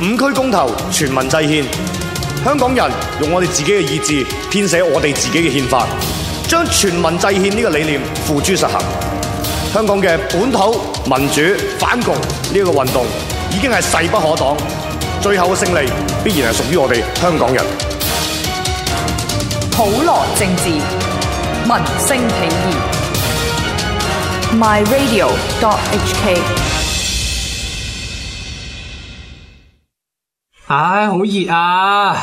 五區公投，全民制憲。香港人用我哋自己嘅意志編寫我哋自己嘅憲法，將全民制憲呢個理念付諸實行。香港嘅本土民主反共呢一個運動已經係勢不可擋，最後嘅勝利必然係屬於我哋香港人。普羅政治，民聲起義。myradio.hk 唉，好熱啊！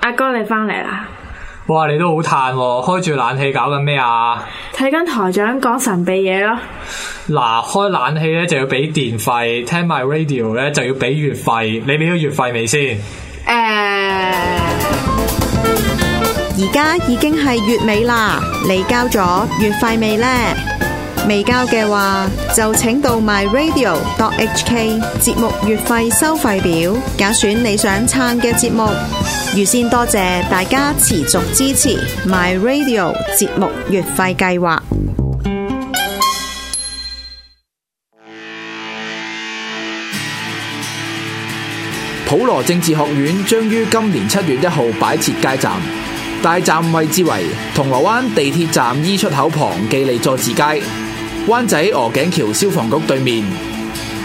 阿哥你翻嚟啦，哇，你都好嘆喎，開住冷氣搞緊咩啊？睇緊台長講神秘嘢咯。嗱，開冷氣咧就要俾電費，聽埋 radio 咧就要俾月費。你俾咗月費未先？誒、而家已經係月尾啦，你交咗月費未呢？未交嘅話，就請到 myradio.hk 節目月費收費表，揀選你想撐嘅節目。預先多謝大家持續支持 myradio 節目月費計劃。普羅政治學院將於今年七月一號擺設街站，大站位置為銅鑼灣地鐵站 E 出口旁記利佐治街、灣仔鵝頸橋消防局對面、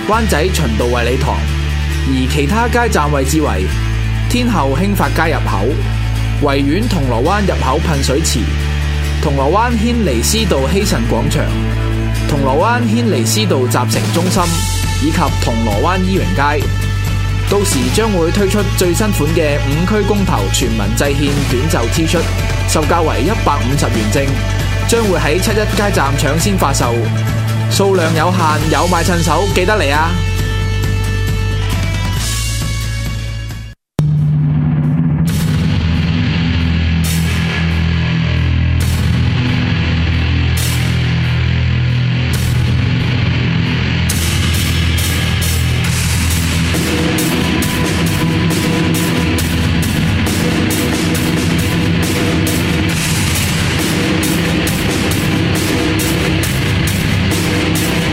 灣仔循道衛理堂，而其他街站位置為天后興發街入口、維園銅鑼灣入口噴水池、銅鑼灣軒尼詩道希慎廣場、銅鑼灣軒尼詩道集成中心以及銅鑼灣伊榮街。到時將會推出最新款嘅五區公投全民制憲短袖 T 恤，售價為一百五十元正，將會喺七一街站搶先發售，數量有限，有買趁手，記得嚟啊！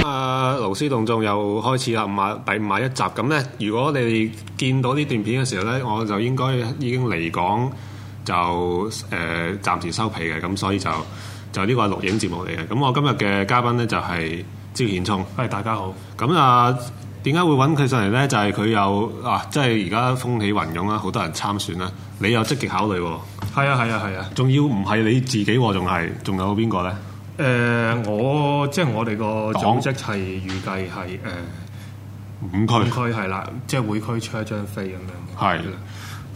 啊，勞師動眾又開始啦，五馬第五馬一集咁咧。如果你見到呢段片嘅時候咧，我就應該已經離港，就誒、呃、暫時收皮嘅，咁所以就就呢個係錄影節目嚟嘅。咁我今日嘅嘉賓咧就係招顯聰，係大家好。咁啊，點解會揾佢上嚟咧？就係、佢有啊，即係而家風起雲湧啦，啊好多人參選啦，你有積極考慮喎，係啊，係啊，係啊。仲要唔係你自己喎，仲係仲有邊個咧？誒、我即係我哋個黨組織係預計係誒五五區。區係啦，即係每區出一張飛咁樣。係啦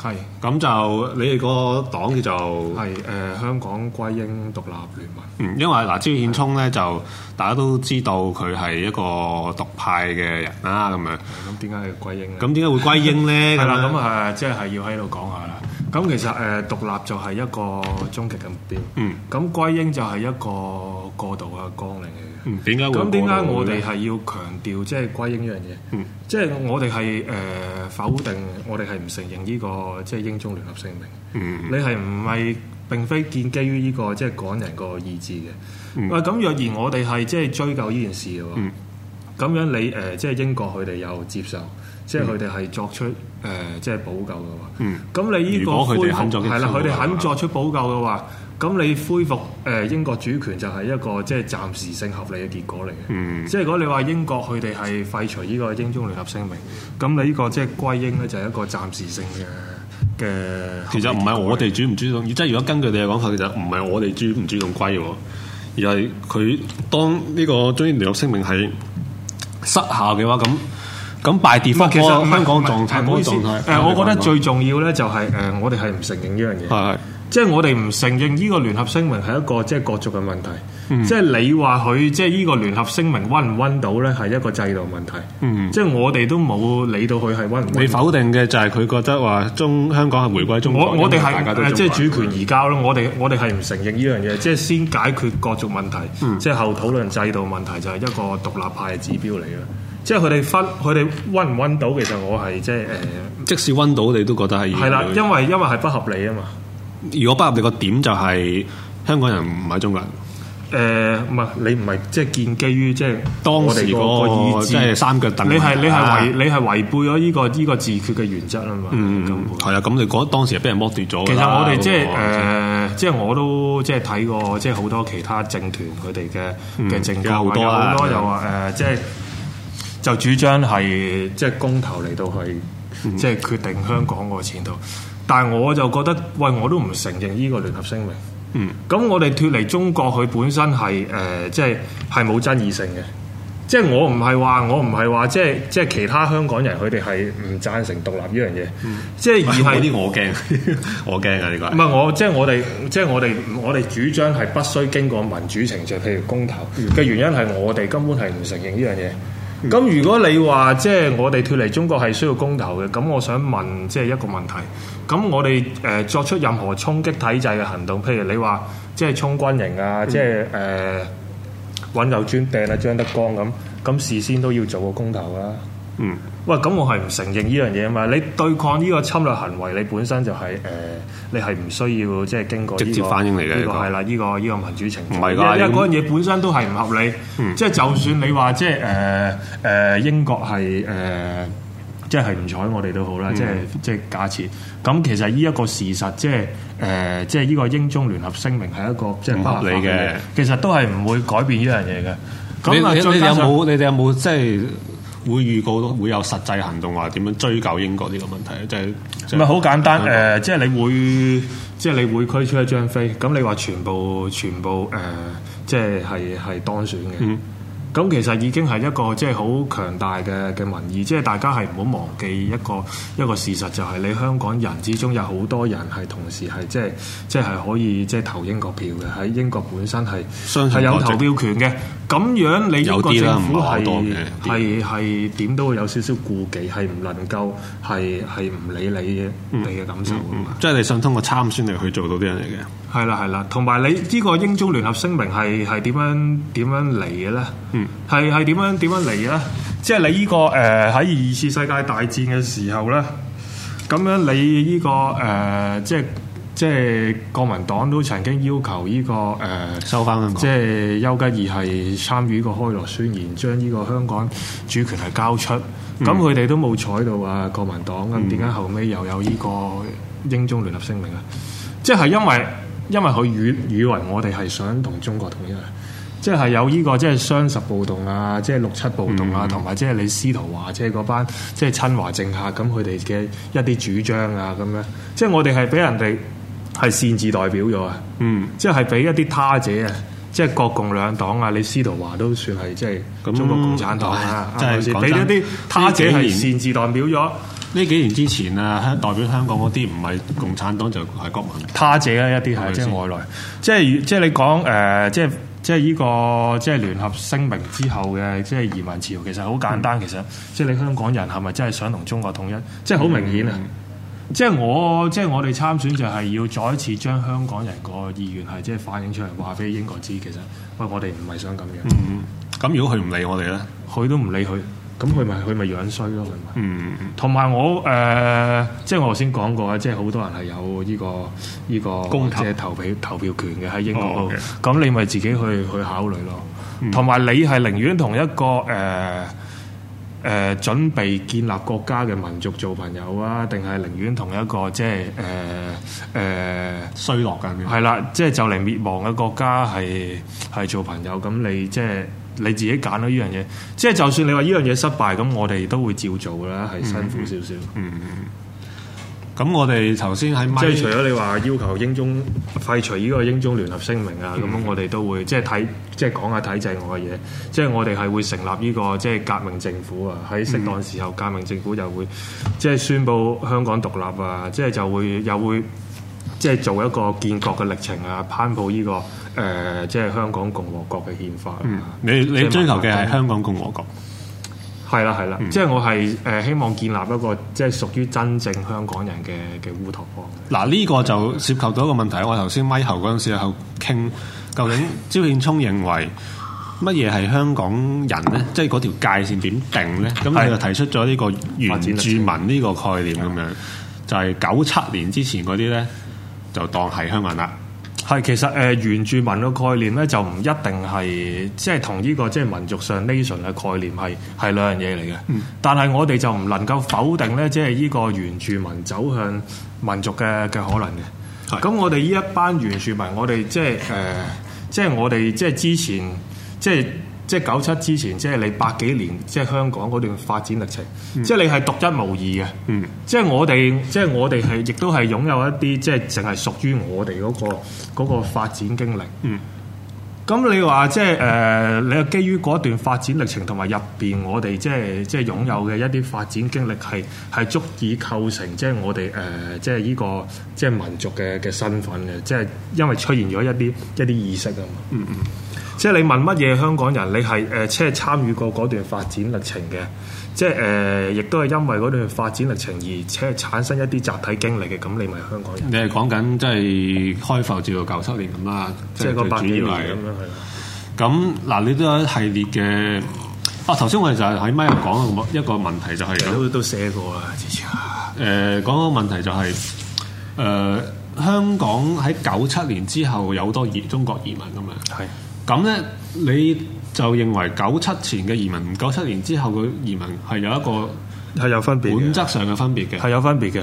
係咁就你哋個黨叫做係誒，香港歸英獨立聯盟。嗯，因為嗱，招顯聰咧就大家都知道佢係一個獨派嘅人啦，咁樣。咁點解係歸英咧？咁點解會歸 英咧？係啦，樣咁啊，即係要喺度講下啦。咁其實誒、獨立就係一個終極嘅目標。嗯咁歸英就係一個過渡嘅綱領嚟嘅。嗯，點解會咁點解我過到哋呢係要強調即係歸英呢樣嘢？嗯即係我哋係誒否定，我哋係唔承認呢、個即係英中聯合聲明。嗯你係唔係並非建基於呢、個即係港人個意志嘅？啊嗯喂咁、若然我哋係即係追究呢件事嘅喎，咁、嗯樣你誒、呃即係英國佢哋又接受，即係佢哋係作出誒、呃即係補救嘅喎。嗯咁你呢如個果佢哋恢肯復作出係啦，補救佢哋嘅話肯作出補救嘅話，咁你恢復誒、呃英國主權就係一個即係暫時性合理嘅結果嚟嘅。嗯即係如果你話英國佢哋係廢除呢個英中聯合聲明，咁你呢個即係歸英咧就係一個暫時性嘅嘅。其實唔係我哋主唔主動，即係如果根據你嘅講法，其實唔係我哋主唔主動歸喎，而係佢當呢個中英聯合聲明係失效嘅話，咁咁 by d e 唔係，其實唔係香港唔係狀態，唔好意思香港狀態誒，我覺得最重要咧就係誒，我哋係唔承認呢樣嘢。係係即係我哋唔承認呢個聯合聲明係一個即係國族嘅問題。嗯即係你話佢即係呢個聯合聲明温唔温到咧，係一個制度問題。嗯即係我哋都冇理到佢係温唔你温。否定嘅就係佢覺得話中香港係回歸中國，我我哋因為大家都係中國誒即係主權移交咯，我哋我哋係唔承認呢樣嘢，即係先解決國族問題，嗯即係後討論制度問題就係一個獨立派嘅指標嚟嘅。即係佢哋分佢哋温唔温到，其實我係即係誒即使温到你都覺得係係啦，因為因為係不合理啊嘛。如果不合你個點就係香港人唔係中國人，誒呃唔係你唔係即係建基於即係當我哋時嗰個個意志，即係三腳凳你係你係啊違你係違背咗呢個呢個自決嘅原則啊嘛。嗯，根本係啊，咁你嗰當時係俾人剝奪咗㗎其實啦哦我哋即係嗰個誒，即係我都即係睇過，即係好多其他政團佢哋嘅嘅政綱嗯啊有好多有啦好多又話誒，即係就主張係即係公投嚟到去嗯即係決定香港個前途。但係我就覺得，喂，我都唔承認呢個聯合聲明。嗯，咁我哋脱離中國，佢本身係誒、呃即係係冇爭議性嘅。即係我唔係話，我唔係話，即係即係其他香港人佢哋係唔贊成獨立呢樣嘢，嗯即係而嗰係 啲我驚，我驚啊呢個哦唔係。係我，即係我哋，即係我哋，我哋主張係不需經過民主程序，譬如公投嘅原因係我哋根本係唔承認呢樣嘢。咁、如果你話即係我哋脱離中國係需要公投嘅，咁我想問即係一個問題，咁我哋誒、呃作出任何衝擊體制嘅行動，譬如你話即係衝軍營啊，即係誒。呃揾嚿磚掟啊張德江咁，咁事先都要做個公投啊啦。嗯，喂，咁我係唔承認呢樣嘢啊嘛！你對抗呢個侵略行為，你本身就係、誒、你係唔需要即係經過、呢個直接反應嚟嘅呢呢個個係啦，呢、個呢、個民主程唔序。係㗎因嗯為因為你嗰樣嘢本身都係唔合理。即係就算你話即係誒誒英國係誒。即係唔睬我哋都好嗯啦，即係即係假設咁，其實呢一個事實，即係誒、呃即係呢個英中聯合聲明係一個即係唔合理嘅不合法其實都係唔會改變呢樣嘢嘅。你咁啊，你再你哋加有上冇你哋有冇即係會預告到會有實際行動話點樣追究英國呢個問題咧？即係即唔係係啊好簡單香誒、港即係你會，即係你會區出一張飛，咁你話全部全部誒、即係係係當選嘅。嗯咁其實已經係一個即係好強大嘅嘅民意，即係大家係唔好忘記一個一個事實，就係你香港人之中有好多人係同時係即係即係可以即係投英國票嘅，喺英國本身係相信係有國籍投票權嘅。咁樣你英國有啲啦政府唔係好係多嘅啲係係點都會有少少顧忌，係唔能夠係係唔理你嘅你嘅感受㗎嗯嘛。即係你想通過參選嚟去做到啲人嚟嘅。係啦係啦，同埋你呢個英中聯合聲明係係點樣點樣嚟嘅咧？嗯，係係點樣點樣嚟嘅咧？即係你呢、個誒喺、二次世界大戰嘅時候咧，咁樣你呢、個誒、即係即係國民黨都曾經要求呢、個誒。收翻香港即係丘吉爾係參與呢個開羅宣言，將呢個香港主權係交出。咁嗯佢哋都冇睬到啊國民黨，咁點解後尾又有呢個英中聯合聲明啊？即係因為因為佢以以為我哋係想同中國統一啊。即係有呢、個即係雙十暴動啊，即係六七暴動嗯啊，同埋、即係你司徒華即係嗰班即係親華政客咁佢哋嘅一啲主張啊咁樣，即係我哋係俾人哋係擅自代表咗啊。嗯，即係俾一啲他者啊，即係國共兩黨啊，你司徒華都算係即係咁中國共產黨啦，唉啱唔啱真係先講俾一真啲他者呢係幾年擅自代表咗呢幾年之前啊，香代表香港嗰啲唔係共產黨就係國民黨。他者啦，一啲係咪係即係先外來，即係即係你講誒、呃即係即係呢、個即係聯合聲明之後嘅即係移民潮，其實好簡單，其實即係你香港人係咪真係想同中國統一？即係好明顯啊！即係我即係我哋參選就係要再一次將香港人個意願係即係反映出嚟，話俾英國知其實喂我哋唔係想咁樣。嗯，咁如果佢唔理我哋咧，佢都唔理佢，咁佢咪佢咪樣衰咯，佢咪。嗯，同埋我誒、呃即係我頭先講過啊，即係好多人係有呢、個呢、個公投即係投票投票權嘅喺英國哦度，OK，嗯咁、你咪自己去去考慮咯。同埋、你係寧願同一個誒。誒、準備建立國家嘅民族做朋友啊，定係寧願同一個即係呃誒誒。衰落緊嘅。係啦，即係就嚟滅亡嘅國家係係做朋友，咁你即係你自己揀咯呢樣嘢。即係就算你話呢樣嘢失敗，咁我哋都會照做㗎啦，係辛苦少少。咁我哋頭先喺咪即係除咗你話要求英中廢除呢個英中聯合聲明嗯啊，咁、我哋都會即係睇即係講下體制外嘅嘢，即係我哋係會成立呢、個即係革命政府啊，喺適嗯當時候革命政府又會即係宣布香港獨立啊，即係就會又會即係做一個建國嘅歷程啊，攀抱呢、個誒、呃即係香港共和國嘅憲法啊、嗯你你追求嘅係香港嗯共和國。係啦係啦，即係我係誒、呃希望建立一個即係屬於真正香港人嘅嘅烏托邦。嗱，呢個就涉及到一個問題，我頭先咪後嗰陣時有傾，究 竟招顯聰認為乜嘢係香港人呢？即係嗰條界線點定呢？咁係佢就提出咗呢個原住民呢個概念咁樣，就係九七年之前嗰啲呢，就當係香港人啦。係其實誒、呃原住民嘅概念咧，就唔一定係即係同呢個即係民族上 nation 嘅概念係係兩樣嘢嚟嘅。但係我哋就唔能夠否定咧，即係呢個原住民走向民族嘅嘅可能嘅。係咁我哋呢一班原住民，我哋即係誒、呃即係我哋即係之前即係。即係九七之前，即係你八幾年，即係香港嗰段發展歷程，即係你係獨一無二嘅。嗯即係我哋，即係我哋係亦都係擁有一啲即係淨係屬於我哋嗰、個嗰、個發展經歷。嗯。咁你話即係誒、呃你係基於嗰一段發展歷程同埋入邊我哋即係即係擁有嘅一啲發展經歷係係足以構成即係我哋誒、呃即係呢、個即係民族嘅嘅身份嘅，即係因為出現咗一啲一啲意識啊嘛。嗯即係你問乜嘢香港人，你係誒、呃即係參與過嗰段發展歷程嘅，即係誒、呃亦都係因為嗰段發展歷程而即係產生一啲集體經歷嘅，咁你咪香港人，你係講緊即係開埠至到九七年咁啦，即係個最百幾年主咁要樣係係啦。咁嗱，你都有一系列嘅。啊，頭先我哋就係喺咪入講一個問題，就係咁都都寫過啦，之前誒講個問題就係、誒、香港喺九七年之後有好多移中國移民㗎嘛，係咁咧你就認為九七前嘅移民，九七年之後嘅移民係有一個係有分別嘅本質上嘅分別嘅，係有分別嘅，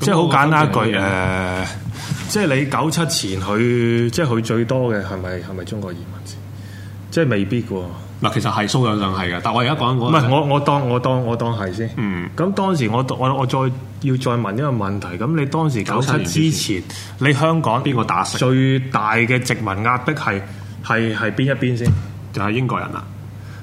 即係好簡單一句誒、啊呃即係你九七前佢即係佢最多嘅係咪係咪中國移民先？即係未必嘅喎，唔嗱，其實係數量上係嘅，但我而家講緊嗰個係我我當我當我當係先。嗯咁當時我我我再要再問一個問題，咁你當時九97年七之前，你香港邊個打死最大嘅殖民壓迫係係係邊一邊先？就係英國人啦，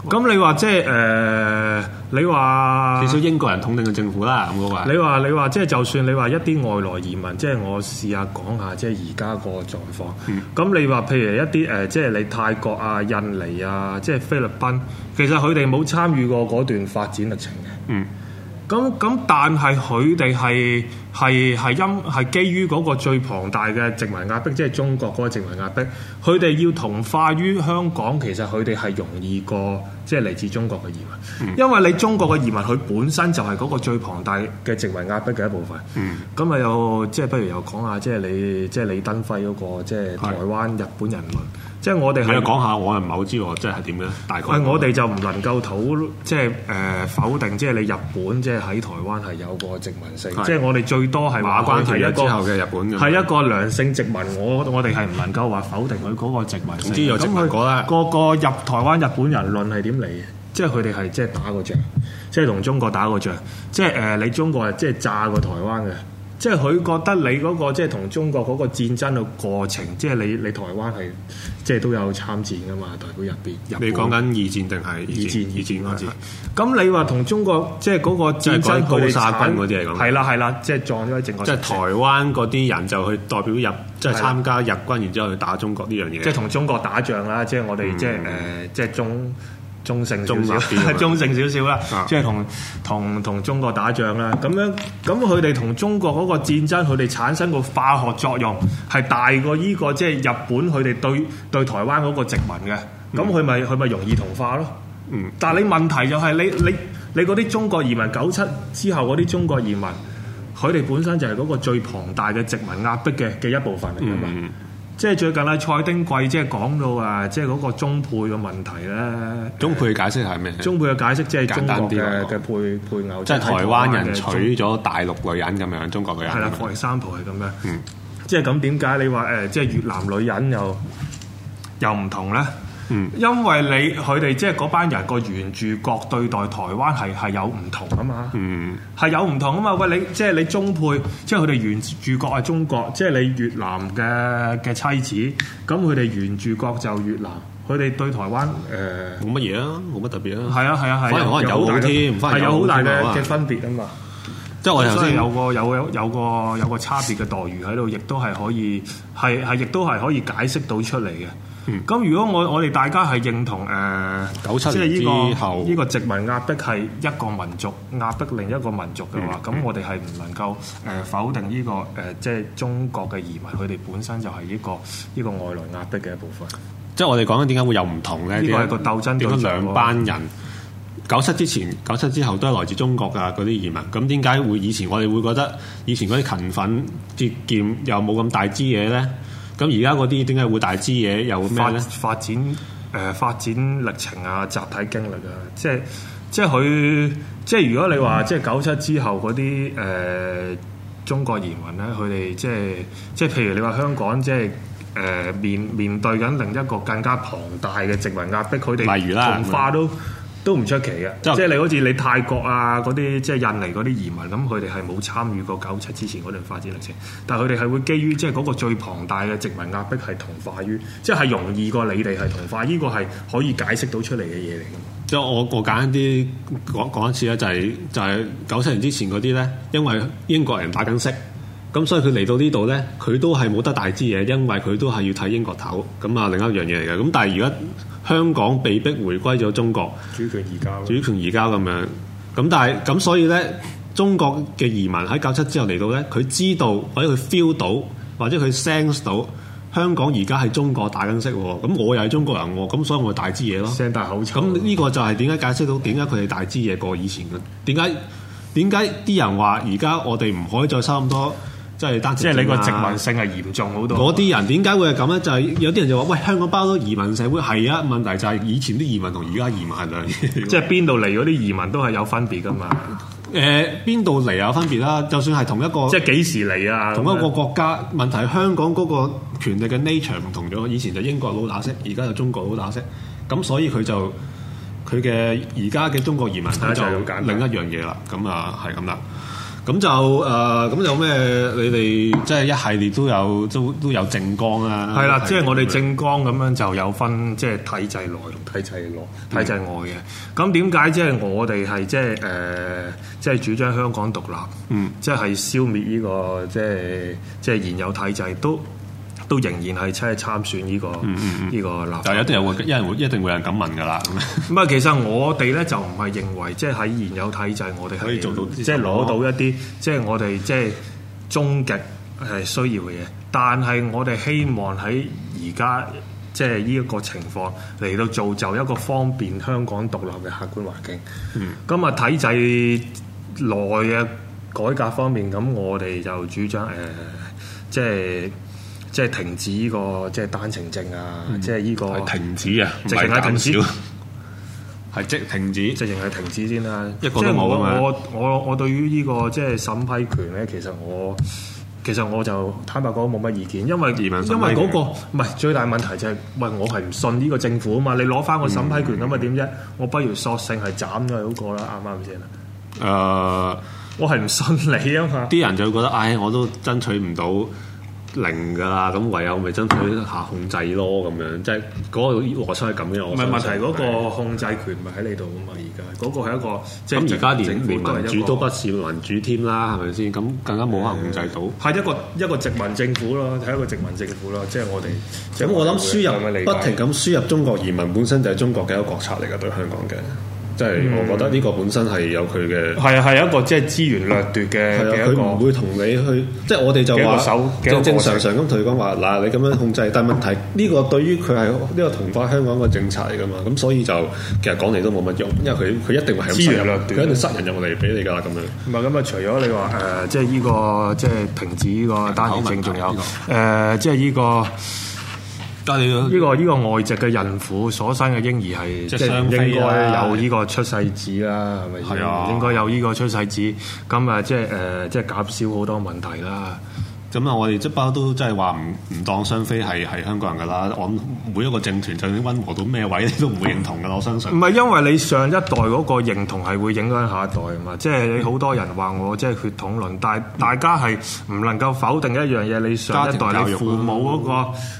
咁你話即係誒、呃你話至少英國人統領嘅政府啦，咁嗰個係啊你話你話即係就算你話一啲外來移民，即係我試下講下即係而家個狀況。咁、你話譬如一啲誒、呃即係你泰國啊、印尼啊、即係菲律賓，其實佢哋冇參與過嗰段發展歷程嘅。嗯。咁咁，但係佢哋係係係因係基於嗰個最龐大嘅殖民壓迫，即係中國嗰個殖民壓迫，佢哋要同化於香港，其實佢哋係容易過即係嚟自中國嘅移民，嗯因為你中國嘅移民佢本身就係嗰個最龐大嘅殖民壓迫嘅一部分。嗯咁咪、又即係不如又講下即係你即係李登輝嗰、個即係台灣日本人論，即係我哋你又係講下，我又唔係好知喎，即係點嘅大概。喂，我哋就唔能夠討即係誒、呃否定，即係你日本即係喺台灣係有個殖民性，係即係我哋最多係話馬關條係約一個之後嘅日本咁樣係一個良性殖民，我我哋係唔能夠話否定佢嗰個殖民性。總之有殖民過啦咁佢個個入台灣日本人論係點嚟嘅？即係佢哋係即係打過仗，即係同中國打過仗，即係誒、呃你中國係即係炸過台灣嘅。即係佢覺得你嗰、個即係同中國嗰個戰爭嘅過程，即係你你台灣係即係都有參戰噶嘛，代表入邊。日你本講緊二戰定係二二戰二二戰嗰戰嗰陣次。。咁你話同中國即係嗰個即係戰嗰爭啲高佢哋沙產軍嗰啲嚟講係啦係啦，即係撞咗喺正確。即係台，灣嗰啲人就去代表日，即係係啦參加日軍，然之後去打中國呢樣嘢。即係同中國打仗啦，即係我哋即係誒，即係中。中性少嗯中立啲啊少，嘛 中性少少啦啊，即係同同同中國打仗啦，咁樣咁佢哋同中國嗰個戰爭，佢哋產生個化學作用係大過呢個即係日本佢哋對對台灣嗰個殖民嘅，咁佢咪佢咪容易同化咯。嗯但係你問題就係你你你嗰啲中國移民九七之後嗰啲中國移民，佢哋本身就係嗰個最龐大嘅殖民壓迫嘅嘅一部分嚟㗎嘛。嗯即係最近啦，蔡丁貴即係講到啊，即係嗰個中配嘅問題咧。中配嘅解釋係咩？中配嘅解釋即係中簡單國啲嘅嚟講嘅配配偶，即係台灣人嘅中娶咗大陸女人咁樣，中國女人係啦咁樣，for example 係咁樣。嗯即係咁點解你話誒、即係越南女人又又唔同咧？嗯因為你佢哋即係嗰班人個原住國對待台灣係係有唔同啊嘛。嗯係有唔同啊嘛！喂，你即係你中配，即係佢哋原住國係中國，即係你越南嘅嘅妻子，咁佢哋原住國就越南，佢哋對台灣誒。呃冇乜嘢啊，冇乜特別啊。係啊係啊係啊，反而可能有好添反而係有有好好大添嘅可能嘅分別啊嘛。即係我哦哋頭所以先有個有有有個有個差別嘅待遇喺度，亦都係可以係係亦都係可以解釋到出嚟嘅。嗯咁、如果我我哋大家係認同誒，呃97即係呢年之個後呢個殖民壓迫係一個民族壓迫另一個民族嘅話，咁、我哋係唔能夠誒、呃嗯否定呢、個誒、呃即係中國嘅移民，佢哋本身就係呢、個呢、個外來壓迫嘅一部分。即係我哋講緊點解會有唔同咧？呢個點係個解鬥爭對點解象喎兩班人？九七之前、九七之後都係來自中國㗎嗰啲移民，咁點解會以前我哋會覺得以前嗰啲勤奮節儉又冇咁大支嘢咧？咁而家嗰啲點解會大支嘢又咩發咧？發展誒、呃、發展歷程啊，集體經歷啊，即係即係佢即係如果你嗯話即係九七之後嗰啲誒中國移民咧，佢哋即係即係譬如你話香港即係。誒、呃、面面對緊另一個更加龐大嘅殖民壓迫，佢哋例如啦同化都都唔出奇嘅，即即係係你好似你泰國啊嗰啲，即係印尼嗰啲移民咁，佢哋係冇參與過九七之前嗰段發展歷程，但係佢哋係會基於即係嗰個最龐大嘅殖民壓迫係同化於，即係容易過你哋係同化，呢、個係可以解釋到出嚟嘅嘢嚟㗎。即係我我簡單啲講講一次咧，就係、就係九七年之前嗰啲咧，因為英國人打緊息，咁所以佢嚟到呢度咧，佢都係冇得大支嘢，因為佢都係要睇英國頭，咁啊另一樣嘢嚟嘅。咁但係而家香港被逼回歸咗中國，主權移交，主權移交咁樣，咁但係咁所以咧，中國嘅移民喺九七之後嚟到咧，佢知道或者佢 feel 到或者佢 sense 到香港而家係中國打緊息喎，咁我又係中國人喎，咁所以我咪大支嘢咯。聲大口臭。咁呢個就係點解解釋到點解佢哋大支嘢過以前嘅？點解點解啲人話而家我哋唔可以再收咁多即係單程即係你個證啊殖民性係嚴重好多。嗰啲人點解會係咁咧？就係、有啲人就話：喂，香港包咗移民社會係啊，問題就係以前啲移民同而家移民係兩樣 即係邊度嚟嗰啲移民都係有分別㗎嘛，誒呃邊度嚟有啊分別啦。就算係同一個即係幾時嚟啊？哦同一個咁樣國家，問題係香港嗰個權力嘅 nature 唔同咗。以前就英國佬打式，而家就中國佬打式。咁所以佢就佢嘅而家嘅中國移民佢啊就就係咁簡單另一樣嘢啦。咁啊，係咁啦。咁就誒，呃咁、有咩？你哋即係一系列都有都都有政綱啊啦。係啦，即係我哋政綱咁樣就有分，即係體制內同體制內、體制外嘅。咁點解即係我哋係即係誒，呃即係主張香港獨立，嗯，即係消滅呢個即係即係現有體制都。都仍然係即係參選呢、個呢、個立法就一定有會，一定會一定會有人咁問㗎啦。咁咁啊，其實我哋咧就唔係認為，即係喺現有體制，我哋係可以做到即係攞到一啲，即係我哋即係終極係呃需要嘅嘢。但係我哋希望喺而家即係呢一個情況嚟到造就一個方便香港獨立嘅客觀環境。嗯咁啊、體制內嘅改革方面，咁我哋就主張誒、呃即係即係停止呢、個即係單程證啊，即係呢、個嗯係停止啊，唔直情係係減停止少，係即停止。直情係停止先啦，一個都冇啊嘛即係我我我我對於呢、個即係審批權咧，其實我其實我就坦白講冇乜意見，因為移民審批權因為嗰、個唔係最大問題就係、喂我係唔信呢個政府啊嘛，你攞翻個審批權咁啊點啫？我不如索性係斬咗佢嗰個啦，啱唔啱先啊？誒、呃我係唔信你啊嘛。啲人就會覺得，唉，我都爭取唔到零㗎啦，咁唯有咪爭取下控制咯，咁樣即係嗰個邏輯係咁嘅。我唔係相問題信，嗰個控制權咪喺你度啊嘛！而家嗰個係一個即係咁而家政連府連係民一主個都不是民主添啦，係咪先？咁更加冇可能控制到。係一個一個殖民政府咯，係一個殖民政府咯，即係我哋。即係咁我諗哋輸咁樣理入解不停咁輸入中國移民本身就係中國嘅一個國策嚟㗎，對香港嘅，即係我覺得呢個本身係有佢嘅。係啊，係一個即係資源掠奪嘅係啊，嘅佢一唔個。會同你去，即係我哋就幾話個手幾個正正過常程常咁同佢講話，嗱你咁樣控制，但係問題呢個對於佢係呢個同化香港個政策嚟噶嘛，咁所以就其實講嚟都冇乜用，因為佢佢一定會係咁資塞源人掠佢奪一定塞人入嚟俾你㗎啦咁樣。唔係咁啊，除咗你話誒、呃即係呢、個即係停止呢個單程證，仲有哦人口問題呢誒、呃即係呢、個。但係呢、個呢、個外籍嘅孕婦所生嘅嬰兒係即係即係雙唔非應啦該有呢個出世紙啦，係咪先？係啊唔應該有呢個出世紙，咁啊即係誒、呃即係減少好多問題啦。咁啊，我哋即包都真係話唔唔當雙非係係香港人㗎啦，我諗每一個政團就算温和到咩位，你都唔會認同㗎啦，我相信唔。係因為你上一代嗰個認同係會影響下一代啊嘛，即係你好多人話我即係血統論，但係大家係唔能夠否定一樣嘢，你上一家庭代教育你啊父母嗰、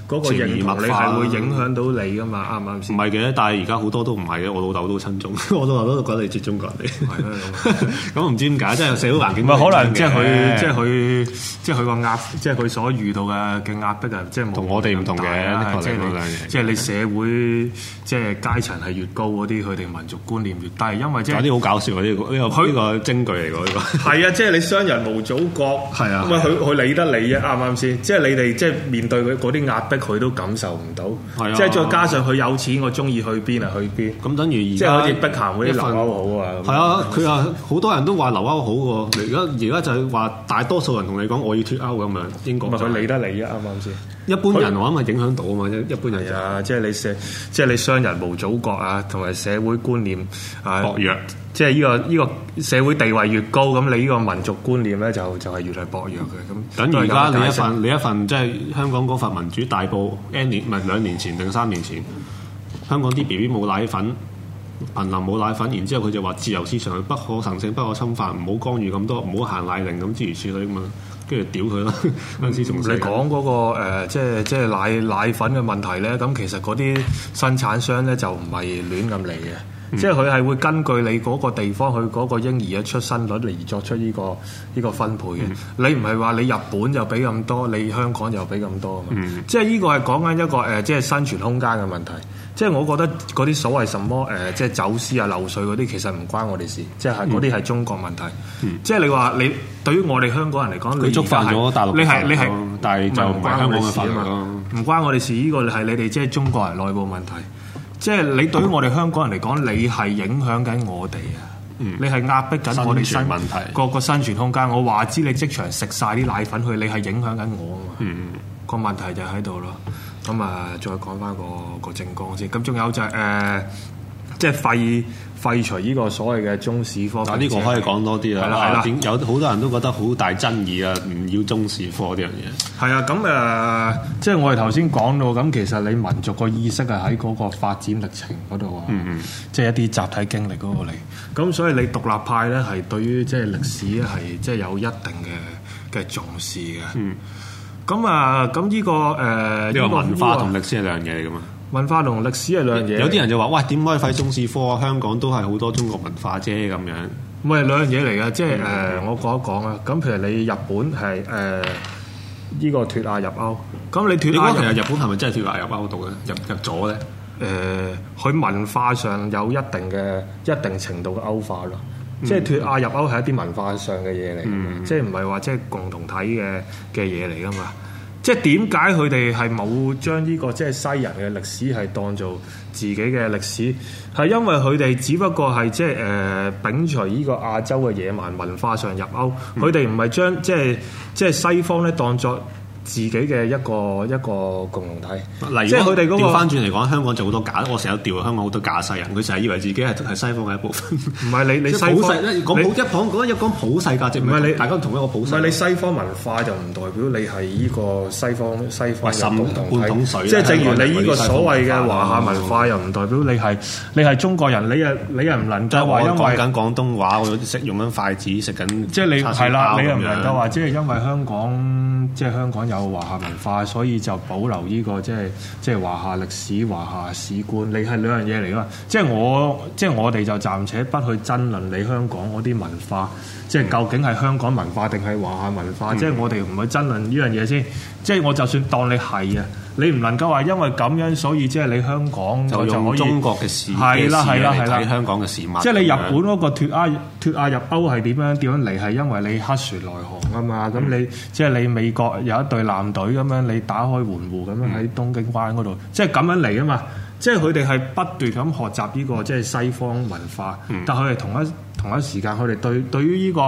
個嗰、個潛移認默同化你係會影響到你噶嘛，啱唔啱唔先？係嘅，但係而家好多都唔係嘅。我老豆都親中， 我老豆都覺得你似中國人係啊嚟。 咁唔知點解，即係社會環境唔係可能嘅即係佢即係佢即係佢個壓，即係佢所遇到嘅嘅壓迫啊，即係冇同我哋唔同嘅咁大啦啊的確即係兩樣你嘢即係你社會即係階層係越高嗰啲，佢哋民族觀念越低，因為即有係。啲好搞笑嘅呢個呢個佢呢個證據嚟㗎呢個。 係啊，即係你商人無祖國，係啊咁啊佢佢理得你啫，啱唔啱先？即係你哋即係面對佢嗰啲壓迫，佢都感受唔到，係啊即係再加上佢有錢，我中意去邊啊去邊，咁等於而即係家好似碧咸嗰啲一留份歐好啊，咁係啊，佢話好多人都話留歐好喎。而家而家就係話大多數人同你講我要脱歐咁咁樣，英國咪就佢理得你啊，啱唔啱先？一般人我諗係影響到啊嘛，一一般人係就啊，即係你社，即係你商人無祖國啊，同埋社會觀念啊薄弱。即係呢、個呢、個社會地位越高，咁你呢個民族觀念咧就就係越嚟薄弱嘅。咁等都係而咁家你解一釋份你一份即係香港嗰份民主大報 N 年唔係兩年前定三年前，香港啲 B B 冇奶粉，貧林冇奶粉，然之後佢就話自由市場不可神聖不可侵犯，唔好干預咁多，唔好限奶令咁諸如此類咁樣，啊跟住屌佢啦！嗰陣時仲你細講嗰、個、呃、即係即係奶奶粉嘅問題咧，咁其實嗰啲生產商咧就唔係亂咁嚟嘅。即係佢係會根據你嗰個地方佢嗰個嬰兒嘅出生率嚟作出呢、個呢、個分配嘅。你唔係話你日本就俾咁多，你香港又俾咁多啊嘛。即係呢個係講緊一個誒、呃即係生存空間嘅問題。即係我覺得嗰啲所謂什麼誒、呃即係走私啊、漏税嗰啲，其實唔關我哋事，即係嗰啲係中國問題。即係你話你對於我哋香港人嚟講，佢觸犯咗大陸你係你係法律咯但係就唔係香港嘅法律咯啊唔關我哋事，呢個係你哋即係中國人內部問題。即係你對於我哋香港人嚟講，你係影響緊我哋啊！你係壓迫緊我哋嗯生存問題個個生存空間。我話知你即場食晒啲奶粉去，你係影響緊我啊嘛。嗯個問題就喺度咯。咁啊，再講翻個個政綱先。咁仲有就係、誒，即係廢廢除呢個所謂嘅中史科。啊嗱呢個可以講多啲啦，啊係啦係啦點有好多人都覺得好大爭議啊，唔要中史科呢樣嘢。係啊，咁誒、呃即係我哋頭先講到，咁其實你民族個意識係喺嗰個發展歷程嗰度啊，即係一啲集體經歷嗰個嚟。咁所以你獨立派咧係對於即係歷史咧係即係有一定嘅嘅重視嘅。咁啊，咁呢、個誒嗯呢、呢個文化呢個同歷史係兩樣嘢嚟噶嘛。文化同歷史係兩樣嘢，有啲人就話：喂，點可以廢中史科啊？香港都係好多中國文化啫咁樣。唔係兩樣嘢嚟嘅，即係誒、呃我講一講啊。咁譬如你日本係誒呢個脱亞入歐，咁你你脱覺亞得入其啊實日本係咪真係脱亞入歐度咧？入入咗咧？誒，呃佢、文化上有一定嘅一定程度嘅歐化咯。嗯即係脱亞入歐係一啲文化上嘅嘢嚟㗎嘛，即係唔係話即係共同體嘅嘅嘢嚟噶嘛？即係點解佢哋係冇將呢個即係西人嘅歷史係當做自己嘅歷史？係因為佢哋只不過係即係誒摒除呢個亞洲嘅野蠻文化上入歐，嗯佢哋唔係將即係即係西方咧當作自己嘅一個一個共同體，嗱，即係如佢果哋嗰個調翻轉嚟講，香港就好多假，我成日調啊香港好多假西人，佢成日以為自己係係西方嘅一部 分。唔係你你西方普世咧，講你普一講講一講普世價值，唔唔係係你大家同一個普唔世。係你西方文化就唔代表你係呢個西方西方喂滲嘅共同半桶體，水即係啦正如香港你呢人嗰個啲西方所謂嘅文化華夏文化，又唔代表你係你係中國人，你又你又唔能即係夠我話因講為緊廣東話，我識用緊筷子，食緊即係你叉燒係啦，包你又咁唔樣能夠話即係因為香港即係香港有華夏文化，所以就保留呢、個即係即係華夏歷史、華夏史觀，你係兩樣嘢嚟噶嘛。即係我即係我哋就暫且不去爭論你香港嗰啲文化，即係究竟係香港文化定係華夏文嗯化，即係我哋唔去爭論呢樣嘢先。即係我就算當你係啊，你唔能夠話因為咁樣，所以即係你香港就我就可用以中國嘅事係啦係啦係啦睇香港嘅事物。即係你日本嗰個脱亞脱啊亞入歐係點樣點樣嚟？係因為你黑船來航啊嘛，咁你即係你美國有一隊艦隊咁樣，你打開門戶嗯咁樣喺東京灣嗰度，即係咁樣嚟啊嘛。即係佢哋係不斷咁學習呢個即係西方文化，嗯但佢哋同一同一時間，佢哋對對於呢個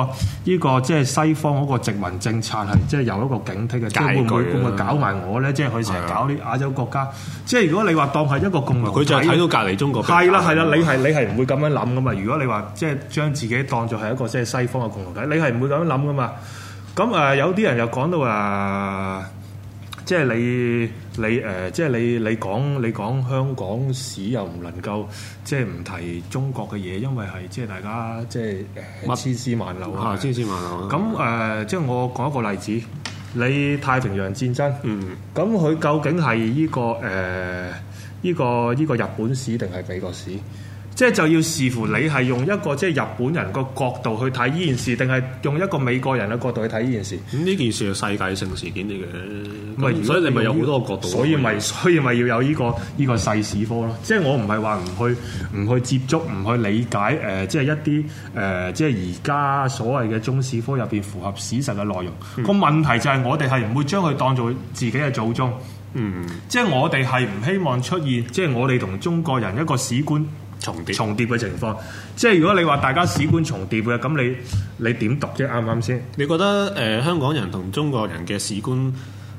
呢個即係西方嗰個殖民政策係即係有一個警惕嘅，即係會唔會戒會懼啊唔會搞埋我咧？即係佢成日係啊搞啲亞洲國家，即係如果你話當係一個共同體，佢就係睇到隔離中國俾係啦打係啦，你係你係唔會咁樣諗噶嘛？如果你話即係將自己當做係一個即係西方嘅共同體，你係唔會咁樣諗噶嘛？咁誒、呃有啲人又講到啊，即係你你誒、呃即係你你講你講香港史又唔能夠即係唔提中國嘅嘢，因為係即係大家即係誒乜千絲萬縷啊，千絲萬縷。咁誒、呃即係我講一個例子，你太平洋戰爭，嗯咁佢究竟係呢、個誒呢、個呢、個日本史定係美國史？即係就要視乎你係用一個即係日本人個角度去睇呢件事，定係用一個美國人嘅角度去睇呢件事？咁呢件事係世界性事件嚟嘅，咪咁所以你咪有好多個角度。所以咪所以咪要有呢、個呢、個細史科咯。即係我唔係話唔去唔去接觸，唔去理解誒、呃即係一啲誒、呃即係而家所謂嘅中史科入邊符合史實嘅內容。嗯個、問題就係我哋係唔會將佢當做自己嘅祖宗。嗯即係我哋係唔希望出現，即係我哋同中國人一個史觀重疊重疊嘅情況。即係如果你話大家史觀重疊嘅，咁你你點讀啫？啱唔啱先？你覺得誒、呃香港人同中國人嘅史觀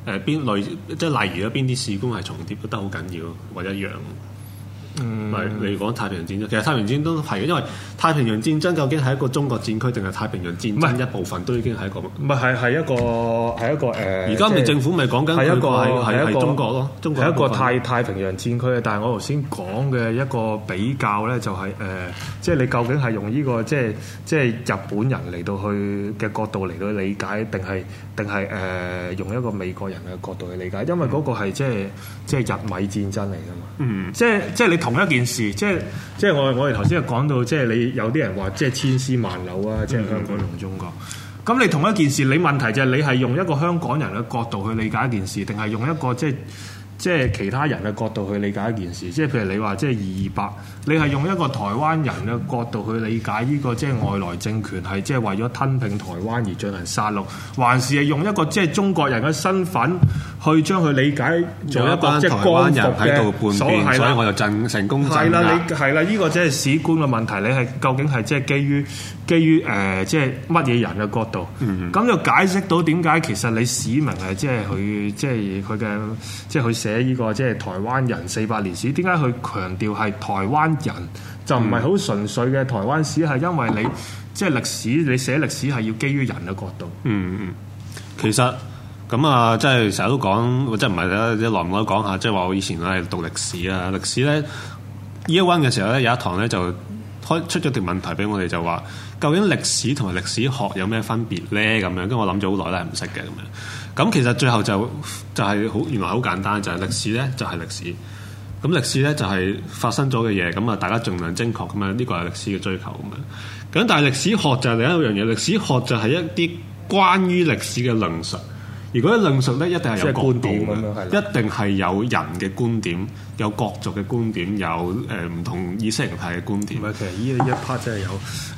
誒邊、類，即係例如咧邊啲史觀係重疊得好緊要或者一樣？嗯，你講太平洋戰爭，其實太平洋戰爭都係嘅，因為太平洋戰爭究竟係一個中國戰區定係太平洋戰唔係爭一部分，都已經係一個。唔係係係一個係一個誒，而而家咪政府咪講緊係佢一個話係係係一係個中國咯中國係一一個部分太太平洋戰區嘅。但係我頭先講嘅一個比較咧，就係誒，即係你究竟係用呢個即係即係日本人嚟到去嘅角度嚟到理解，定係定係誒用一個美國人嘅角度去理解？因為嗰個係即係即係日米戰爭嚟㗎嘛。嗯，即係即係你同一件事，即係即係我我哋頭先講到，即係你有啲人話即係千絲萬縷啊，即係香港同中國。咁你同一件事，你問題就係你係用一個香港人嘅角度去理解一件事，定係用一個即係即係其他人嘅角度去理解一件事？即係譬如你話即係二二八，你係用一個台灣人嘅角度去理解呢個即係外來政權係即係為咗吞併台灣而進行殺戮，還是係用一個即係中國人嘅身份去將佢理解做有一一個班即台係灣人光復喺度嘅叛變，係所以啦我就震成功係鎮啦，壓。你係啦，呢個即係史觀嘅問題，你係究竟係即係基於基於誒、呃即係乜嘢人嘅角度，咁、嗯就解釋到點解其實你史明係即係佢即係佢嘅即係佢寫呢、個即係台灣人四百年史，點解佢強調係台灣人就唔係好純粹嘅台灣史，係因為你即係歷史，你寫歷史係要基於人嘅角度。嗯嗯，其實咁啊，即係成日都講，即係唔係啦，即係耐唔耐都講下，即係話我以前咧讀歷史啊，歷史咧 year one 嘅時候咧，有一堂咧就開出咗條問題俾我哋，就話究竟歷史同埋歷史學有咩分別咧？咁樣，跟住我諗咗好耐咧，係唔識嘅咁樣。咁其實最後就就係好原來好簡單，就係、歷史咧就係歷史。咁歷史咧就係、發生咗嘅嘢，咁啊大家盡量精確咁樣，呢個係歷史嘅追求咁樣。咁但係歷史學就係另一樣嘢，歷史學就係一啲關於歷史嘅論述。如果論述咧，一定係有即係角觀度點咁樣嘅係啦，一定係有人嘅觀點，有各族嘅觀點，有誒唔、同意識形態嘅觀點唔。係，其實呢一 part 真係有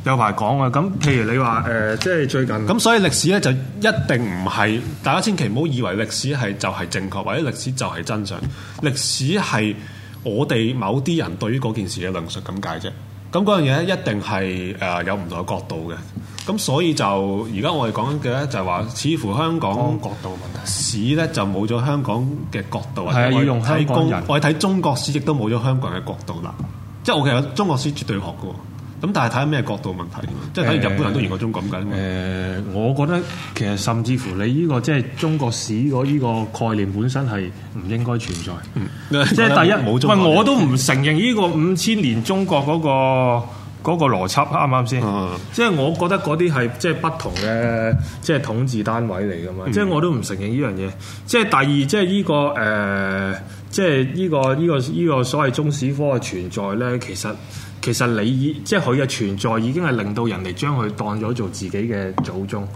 有排講啊。咁譬如你話誒、呃即係最近咁咁所以歷史咧就一定唔係，大家千祈唔好以為歷史係就係正確，或者歷史就係真相。歷史係我哋某啲人對於嗰件事嘅論述咁解啫。咁嗰樣嘢咧一定係誒、呃有唔同嘅角度嘅。咁所以就而家我哋講緊嘅咧就係話，似乎香港角度問題。史咧就冇咗香港嘅角度，或者係啊我哋要用香港睇人我哋睇中國史亦都冇咗香港人嘅角度啦。即係我其實中國史絕對學嘅喎，咁但係睇咩角度問題，即係睇日本人都研究中國咁解啫嘛誒、我覺得其實甚至乎你呢、個即係中國史嗰呢個概念本身係唔應該存在。即係第一，嗯冇中喂，國人我都唔承認呢個五千年中國嗰、個嗰、個邏輯啱唔啱先？嗯即係我覺得嗰啲係即係不同嘅即係統治單位嚟噶嘛，即係我都唔承認呢樣嘢。即係第二，即係呢、個誒、即係呢、個呢、個呢、個所謂中史科嘅存在咧，其實其實你已即係佢嘅存在已經係令到人哋將佢當咗做自己嘅祖宗。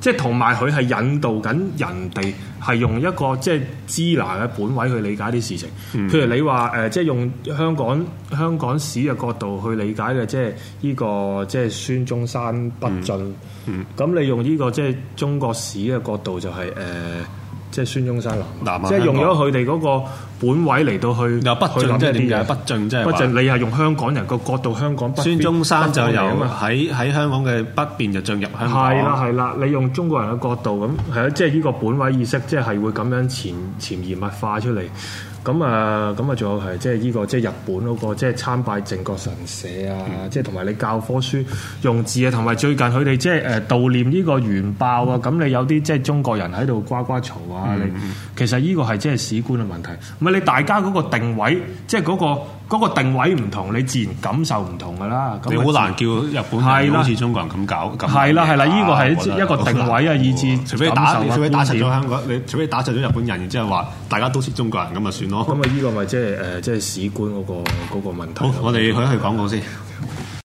即係同埋佢係引導緊人哋係用一個即係支拿嘅本位去理解啲事情。嗯譬如你話誒、呃即係用香港香港史嘅角度去理解嘅，即係呢、個即係孫中山不進。咁、嗯你用呢、個即係中國史嘅角度就係、誒、呃即係孫中山南南下下，即係用咗香港佢哋嗰個本位嚟到去又不去盡諗即係呢啲點解？嘢不盡即係不話盡，你係用香港人個角度，香港不孫中山就不由分離啊嘛喺喺香港嘅北邊就進入香港。係啦係啦，你用中國人嘅角度咁係啊，即係呢個本位意識，即係會咁樣潛潛移默化出嚟。咁啊，咁啊，仲有係即係呢個即係日本嗰、個即係參拜靖國神社啊，嗯即係同埋你教科書用字啊，同埋最近佢哋即係誒悼念呢個原爆嗯啊，咁你有啲即係中國人喺度呱呱嘈啊，你其實呢個係即係史觀嘅問題，唔係你大家嗰個定位，即係嗰、個嗰個定位唔同，你自然感受唔同噶啦。咁啊你好自然難叫日本係人啦好似中國人咁搞咁。係啦係啦呢個係一我覺得一個定 位啊以至除非打，感受啊除非打觀柒咗點香港，你除非打柒咗日本人，然之後話大家都似中國人咁就算咯。咁啊，呢個咪即係誒，即係史觀嗰、個嗰、個問題好咯。，我哋去一去廣告先。